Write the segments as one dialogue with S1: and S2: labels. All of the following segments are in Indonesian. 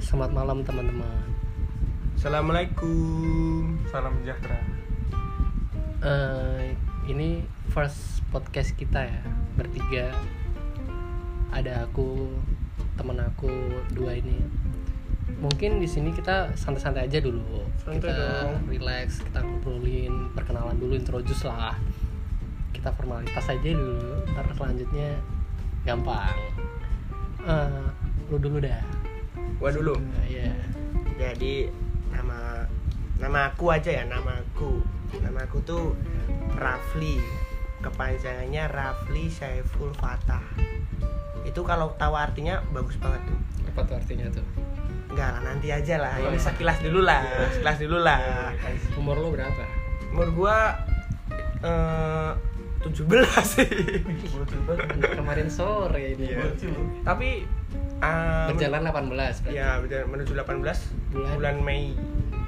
S1: Selamat malam teman-teman.
S2: Assalamualaikum. Salam sejahtera.
S1: Eh, ini first podcast kita ya bertiga. Ada aku, temen aku dua ini. Mungkin di sini kita santai-santai aja dulu.
S2: Santai
S1: kita
S2: dong.
S1: relax, kita ngobrolin, perkenalan dulu, introduce lah. Kita formalitas aja dulu. Ntar selanjutnya gampang. Eh, lu dulu dah.
S3: Gua dulu.
S1: Iya.
S3: Jadi nama nama aku aja ya, nama aku. Nama aku tuh Rafli. Kepanjangannya Rafli Saiful Fatah. Itu kalau tahu artinya bagus banget tuh.
S1: Apa tuh artinya tuh?
S3: Enggak lah, nanti aja lah. Ini
S1: Boleh.
S3: sekilas dulu lah, sekilas dulu lah.
S1: Umur lu berapa?
S3: Umur gua eh 17 sih.
S1: kemarin sore ini
S3: Iya. Tapi eh,
S1: berjalan 18 berarti
S3: Ya, berjalan menuju 18
S1: Bulan.
S3: bulan, Mei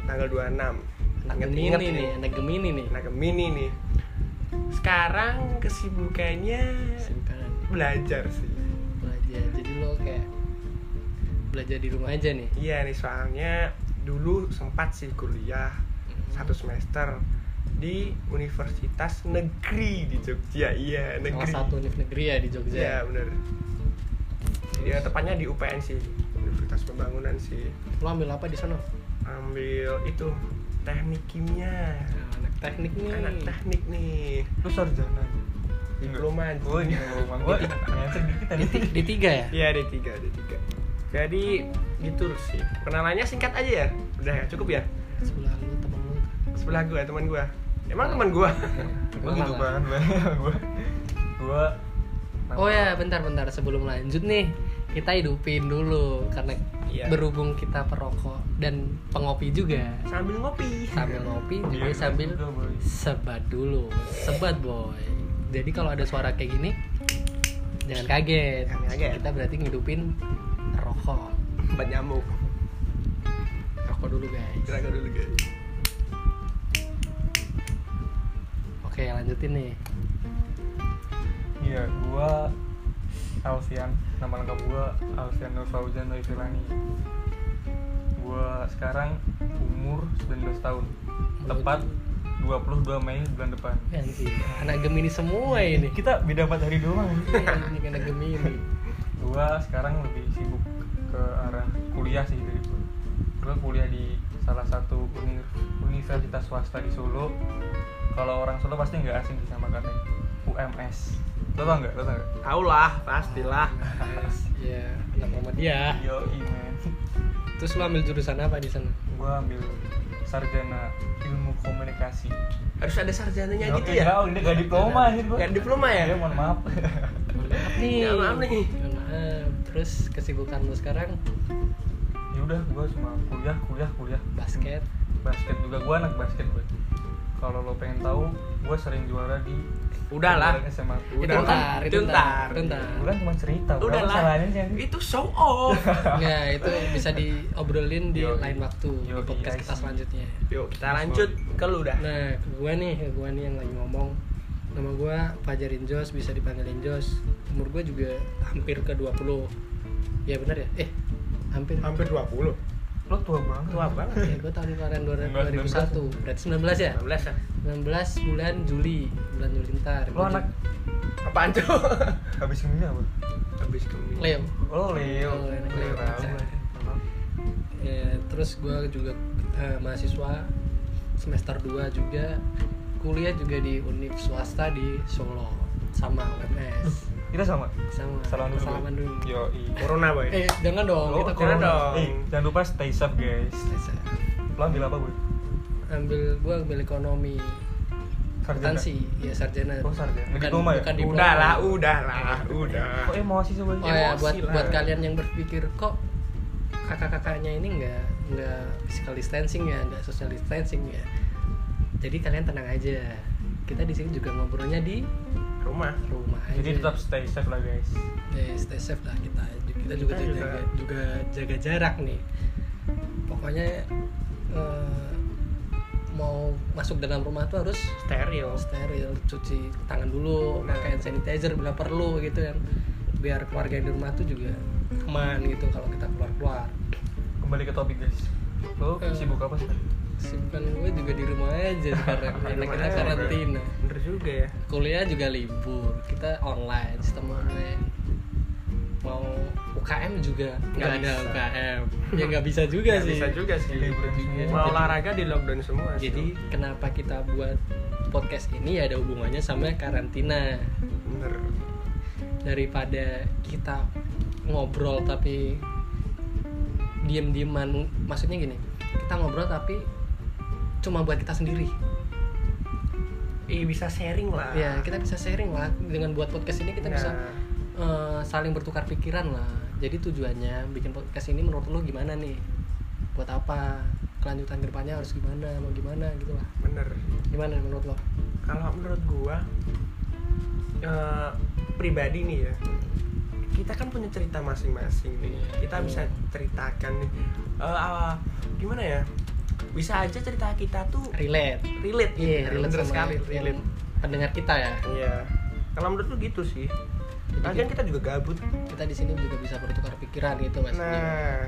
S3: tanggal 26.
S1: anak gemini
S3: Ingat-ingat
S1: nih anak gemini nih
S3: Nah, Gemini nih. Sekarang kesibukannya
S1: Simpan,
S3: belajar sih.
S1: kan? belajar jadi lo kayak belajar di rumah aja nih
S3: Iya nih soalnya dulu sempat sih kuliah satu semester di Universitas Negeri di Jogja.
S1: salah
S3: Iya, negeri.
S1: satu univ negeri ya di Jogja
S3: Iya, bener. Ya, tepatnya di UPN sih, Universitas Pembangunan sih.
S1: lo ambil apa di sana
S3: Ambil itu teknik kimia.
S1: Nah, anak teknik nih
S3: Anak teknik nih.
S2: Lu sarjana.
S3: Diploman.
S2: Gue ini diploman. Gue nyancer
S1: di,
S2: dikit tadi.
S1: ti- di tiga ya
S3: Oh, Iya D3, D3 Jadi gitu sih Perkenalannya singkat aja ya? Udah ya, cukup ya?
S1: sebelah lu temen lu
S3: Sebelah gue, teman gue Emang teman gue?
S2: Gue gitu
S1: Kenalan.
S2: banget banget gue. Gue.
S1: Oh ya, bentar-bentar sebelum lanjut nih, kita hidupin dulu karena
S3: Iya.
S1: berhubung kita perokok dan pengopi juga.
S3: Sambil ngopi
S1: Sambil ngopi juga
S2: Iya,
S1: sambil
S2: juga, Boy.
S1: sebat dulu. Sebat, boy. Jadi kalau ada suara kayak gini jangan kaget.
S3: Jangan kaget.
S1: Kita berarti ngidupin rokok.
S3: Obat nyamuk
S1: Rokok dulu, guys.
S3: Kira-kira dulu guys
S1: Oke, lanjutin nih.
S2: Iya, gue Alfian. Nama lengkap gue Alfian Nur Fauzan Doi Firani. Gue sekarang umur 19 tahun. Tepat 22 Mei bulan depan. Ya,
S1: Ganti. Anak Gemini semua ini.
S2: Kita beda 4 hari doang.
S1: ini anak Gemini.
S2: gua sekarang lebih sibuk ke arah kuliah sih dari gua gua kuliah di salah satu uni- universitas swasta di Solo kalau orang Solo pasti nggak asing sih sama kata UMS lo tau nggak lo tau nggak
S3: Tau lah, pastilah
S1: Ya, anak Muhammadiyah.
S2: yo men
S1: Terus lo ambil jurusan apa di sana?
S2: gua ambil sarjana ilmu komunikasi
S3: Harus ada sarjananya
S2: Yo,
S3: gitu
S2: eh,
S3: ya?
S2: nggak, ini gak diploma anjir gua
S3: Gak diploma ya?
S2: ya mohon maaf
S1: Maaf nih.
S3: Ya, maaf nih.
S1: Ya, maaf. Terus kesibukan lo sekarang
S2: ya udah gua cuma kuliah kuliah kuliah
S1: basket.
S2: basket juga gue anak basket Boy. kalau lo pengen tahu gue sering juara di
S3: Udah lah
S2: kejuaraan SMA
S3: Udah
S1: itu
S3: kan?
S1: ntar, itu
S3: Itu
S1: ntar,
S3: ntar.
S1: itu ntar.
S2: bukan kan cuma cerita bro.
S3: Udah lah
S2: Salahin aja.
S3: Itu show off
S1: Nah, itu bisa diobrolin di
S2: Yoi.
S1: lain waktu di
S2: Yoi,
S1: podcast
S2: I
S1: kita
S2: see.
S1: selanjutnya.
S3: Yuk kita lanjut ke lu dah
S1: Nah, ke gua nih, ke gua nih yang lagi ngomong. Nama gua Fajarin Jos, bisa dipanggilin Jos. Umur gua juga hampir ke 20. Ya benar ya? Eh, hampir.
S3: 20
S2: lo tua banget
S3: Tua banget
S1: Ya, gua tahun kemarin
S2: 19,
S1: 2001. Berarti 19 ya?
S3: 16 ya?
S1: 19 bulan Juli, bulan Juli ntar.
S2: lo anak
S3: Apaan tuh?
S2: habis ini apa
S3: Habis kemini
S1: Leo.
S2: lo Leo
S1: Oh, anak Leo.
S2: tahu gua.
S1: Ya, terus gue juga eh, mahasiswa semester 2 juga kuliah juga di univ swasta di Solo sama UMS
S2: kita sama
S1: sama
S2: salaman dulu
S1: salaman dulu.
S2: yo
S3: Corona boy
S1: Eh jangan dong kita
S3: corona
S1: corona.
S3: dong.
S2: jangan lupa stay safe guys
S1: Bisa.
S2: lo ambil apa gue
S1: Ambil gue ambil ekonomi akuntansi ya sarjana.
S2: Oh, sarjana.
S1: Bukan,
S2: Diploma ya?
S1: bukan diploma.
S3: Udah lah, udah lah, udah
S2: kok emosi sih
S1: Oh ya,
S3: Emosi
S1: buat
S3: lah.
S1: buat kalian yang berpikir kok kakak-kakaknya ini nggak nggak physical distancing ya, nggak social distancing ya. Jadi kalian tenang aja. Kita di sini juga ngobrolnya di
S3: Rumah
S1: rumah aja.
S2: jadi tetap stay safe lah guys
S1: Eh, stay safe lah kita. Kita juga
S3: Kita
S1: jaga
S3: juga.
S1: juga. jaga jarak nih. Pokoknya eh, mau masuk dalam rumah tuh harus
S3: steril
S1: steril, cuci tangan dulu,
S3: Nah.
S1: pakai hand sanitizer bila perlu gitu kan. Biar keluarga yang di rumah tuh juga aman gitu kalau kita keluar-keluar.
S2: kembali ke topik guys lo
S1: Eh.
S2: sibuk apa sih
S1: Sibukan gue juga di rumah aja sekarang
S2: Di
S1: karena
S2: rumah
S1: kita
S2: aja.
S1: karantina.
S3: bener juga ya
S1: Kuliah juga libur, kita online, sistem online. Mau UKM juga nggak
S3: Nggak
S1: ada
S3: bisa.
S1: UKM, ya nggak bisa juga
S3: Nggak
S1: sih.
S3: bisa juga sih
S2: Liburan semua.
S3: mau olahraga di lockdown semua sih.
S1: Iya. Jadi kenapa kita buat podcast ini ya ada hubungannya sama karantina
S3: bener
S1: daripada kita ngobrol tapi diem-dieman maksudnya gini kita ngobrol tapi cuma buat kita sendiri
S3: Ih, Iya, bisa sharing lah
S1: ya kita bisa sharing lah dengan buat podcast ini kita
S3: Nah,
S1: bisa eh, saling bertukar pikiran lah jadi tujuannya bikin podcast ini menurut lo gimana nih buat apa kelanjutan kedepannya harus gimana mau gimana gitu lah
S3: bener
S1: gimana menurut lo
S3: kalau menurut gua eh, pribadi nih ya kita kan punya cerita masing-masing nih
S1: Iya.
S3: kita bisa ceritakan nih Eh, ah, gimana ya bisa aja cerita kita tuh
S1: relate
S3: relate gitu
S1: Iya,
S3: ya,
S1: relate
S3: bener
S1: sama
S3: sekali
S1: yang
S3: relate
S1: pendengar kita ya.
S3: iya kalau menurut lu gitu sih
S1: Jadi
S3: lagian kita juga gabut
S1: Kita di sini juga bisa bertukar pikiran gitu mas.
S3: nah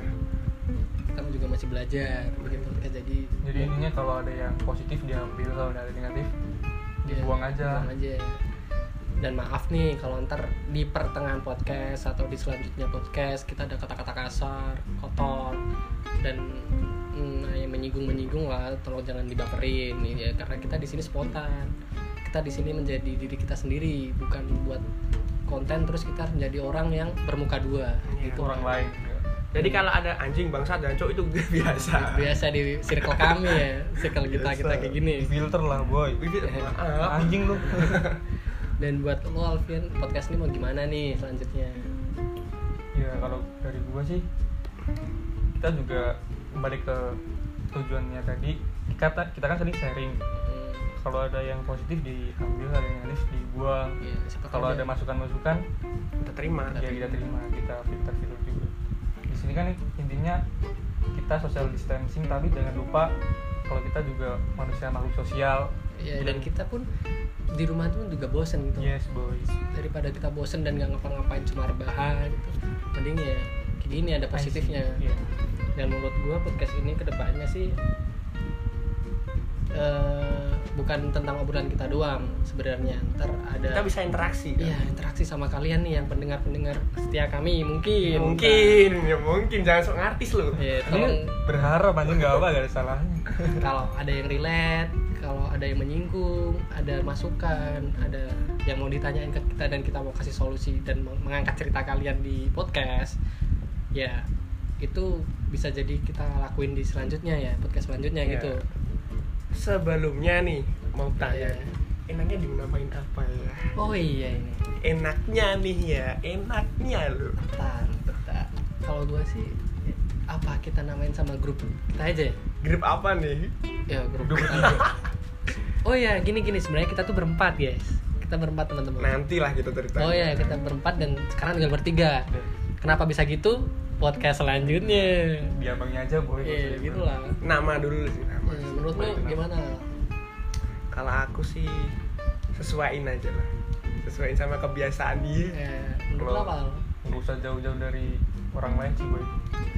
S1: Kita juga masih belajar begitu kita jadi
S2: jadi ininya kalau ada yang positif diambil kalau ada yang negatif
S1: ya,
S2: dibuang aja.
S1: Buang aja. Dan maaf nih kalau ntar di pertengahan podcast atau di selanjutnya podcast kita ada kata-kata kasar, kotor dan mm, yang menyinggung-menyinggung lah tolong jangan dibaperin ya karena kita di sini spontan. Kita di sini menjadi diri kita sendiri bukan buat konten terus kita menjadi orang yang bermuka dua
S3: Iya.
S1: gitu
S2: orang lain
S3: jadi kalau ada anjing bangsa dan cowok itu biasa
S1: biasa di circle kami ya circle kita kita kayak gini
S2: filter lah boy
S3: Bibit,
S1: Iya.
S3: ah, maaf.
S1: Ah.
S2: anjing lu
S1: dan buat lo Alvin podcast ini mau gimana nih selanjutnya Hmm.
S2: ya kalau dari gua sih kita juga kembali ke tujuannya tadi kita kita kan sering sharing
S1: Hmm,
S2: kalau ada yang positif diambil ada yang negatif dibuang
S1: ya, siapa
S2: kalau
S1: tahu
S2: ada masukan-masukan
S3: kita terima
S1: Kita
S2: ya kita terima kita filter filter juga di sini kan intinya kita social distancing tapi jangan lupa kalau kita juga manusia makhluk sosial
S1: ya, dan kita pun di rumah tuh juga bosen gitu
S2: yes boys
S1: daripada kita bosen dan nggak ngapa-ngapain cuma rebahan gitu mending ya kayak gini ada positifnya
S2: Iya.
S1: dan menurut gua podcast ini kedepannya sih eh, bukan tentang obrolan kita doang sebenarnya ntar ada
S3: kita bisa interaksi kan?
S1: Iya interaksi sama kalian nih yang pendengar-pendengar setia kami mungkin.
S3: mungkin ya mungkin jangan sok ngartis lu
S1: Ya,
S2: Ini
S1: tolong
S2: berharap anjing nggak apa gak ada salahnya
S1: kalau ada yang relate, kalau ada yang menyinggung, ada masukan, ada yang mau ditanyain ke kita dan kita mau kasih solusi dan meng- mengangkat cerita kalian di podcast, ya itu bisa jadi kita lakuin di selanjutnya ya podcast selanjutnya
S3: Iya.
S1: gitu.
S3: sebelumnya nih mau tanya
S1: Iya.
S3: enaknya dinamain apa ya
S1: Oh iya ini.
S3: enaknya nih ya enaknya lu
S1: Bentar, bentar. Kalau gua sih apa kita namain sama grup kita aja ya?
S3: grup apa nih
S1: Ya grup. oh ya gini gini sebenarnya kita tuh berempat guys. Kita berempat teman-teman.
S3: nantilah kita cerita
S1: Oh ya kita berempat dan sekarang tinggal bertiga. Kenapa bisa gitu? Podcast selanjutnya.
S2: di abangnya aja boy
S1: Iya gitu lah.
S3: nama dulu sih nama
S1: Ya, menurut lo gimana?
S3: kalau aku sih sesuaiin aja lah sesuaiin sama kebiasaan dia
S1: Ya, menurut lo apa?
S2: nggak usah jauh-jauh dari orang lain sih boy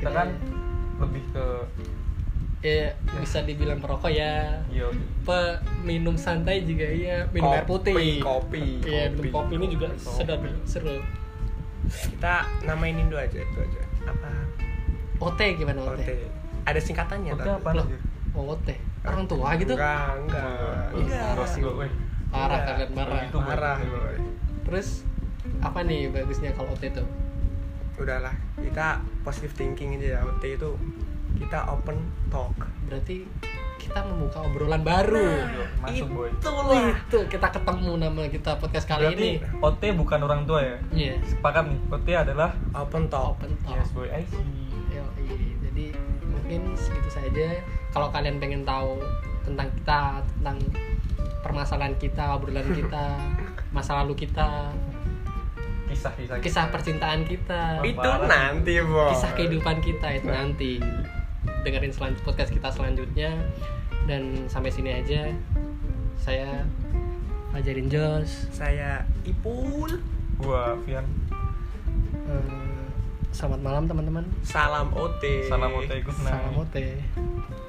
S2: kita
S1: Iya.
S2: kan lebih ke
S1: Ya, bisa dibilang perokok ya.
S2: yo
S1: Peminum santai juga iya. Minum air
S3: Kopi,
S1: putih.
S3: kopi,
S1: Iya minum
S3: kopi.
S1: kopi ini juga
S2: Kopi.
S1: sedap ya, seru.
S3: kita namain Indo aja itu aja apa
S1: OT gimana OT?
S3: OT ada singkatannya
S2: oke
S3: tapi.
S2: apa
S1: Iya, Loh.
S2: anjir?
S1: Oh, OT. Orang tua gitu.
S3: enggak
S2: Eh,
S3: enggak
S1: Enggak.
S2: Terus gua, woy.
S1: Parah
S3: Iya.
S1: kalian parah.
S2: Begitu.
S3: marah boy.
S1: Terus apa nih bagusnya kalau OT tuh?
S3: udahlah kita positive thinking aja ya OT itu kita open talk
S1: Berarti kita membuka obrolan
S3: Nah,
S1: baru.
S2: Yo, masuk boy
S1: Wih, itu kita ketemu nama kita podcast kali
S2: berarti
S1: ini.
S2: OT bukan orang tua ya
S1: Iya.
S2: sepakat nih OT adalah
S3: open talk
S1: Open talk.
S2: yes boy I see
S1: Yoi. Jadi mungkin segitu saja. Kalau kalian pengen tahu tentang kita, tentang permasalahan kita, obrolan kita, masa lalu kita,
S2: kisah-kisah
S1: kisah percintaan kita,
S2: Oke.
S3: itu nanti boy
S1: kisah kehidupan kita itu nanti. Dengerin selan- podcast kita selanjutnya dan sampai sini aja. Saya Fajarin Jos.
S3: saya Ipul
S2: gua Fian
S1: Eh, Selamat malam teman-teman.
S4: Salam OT.
S3: Salam OT good night.
S1: Salam OT.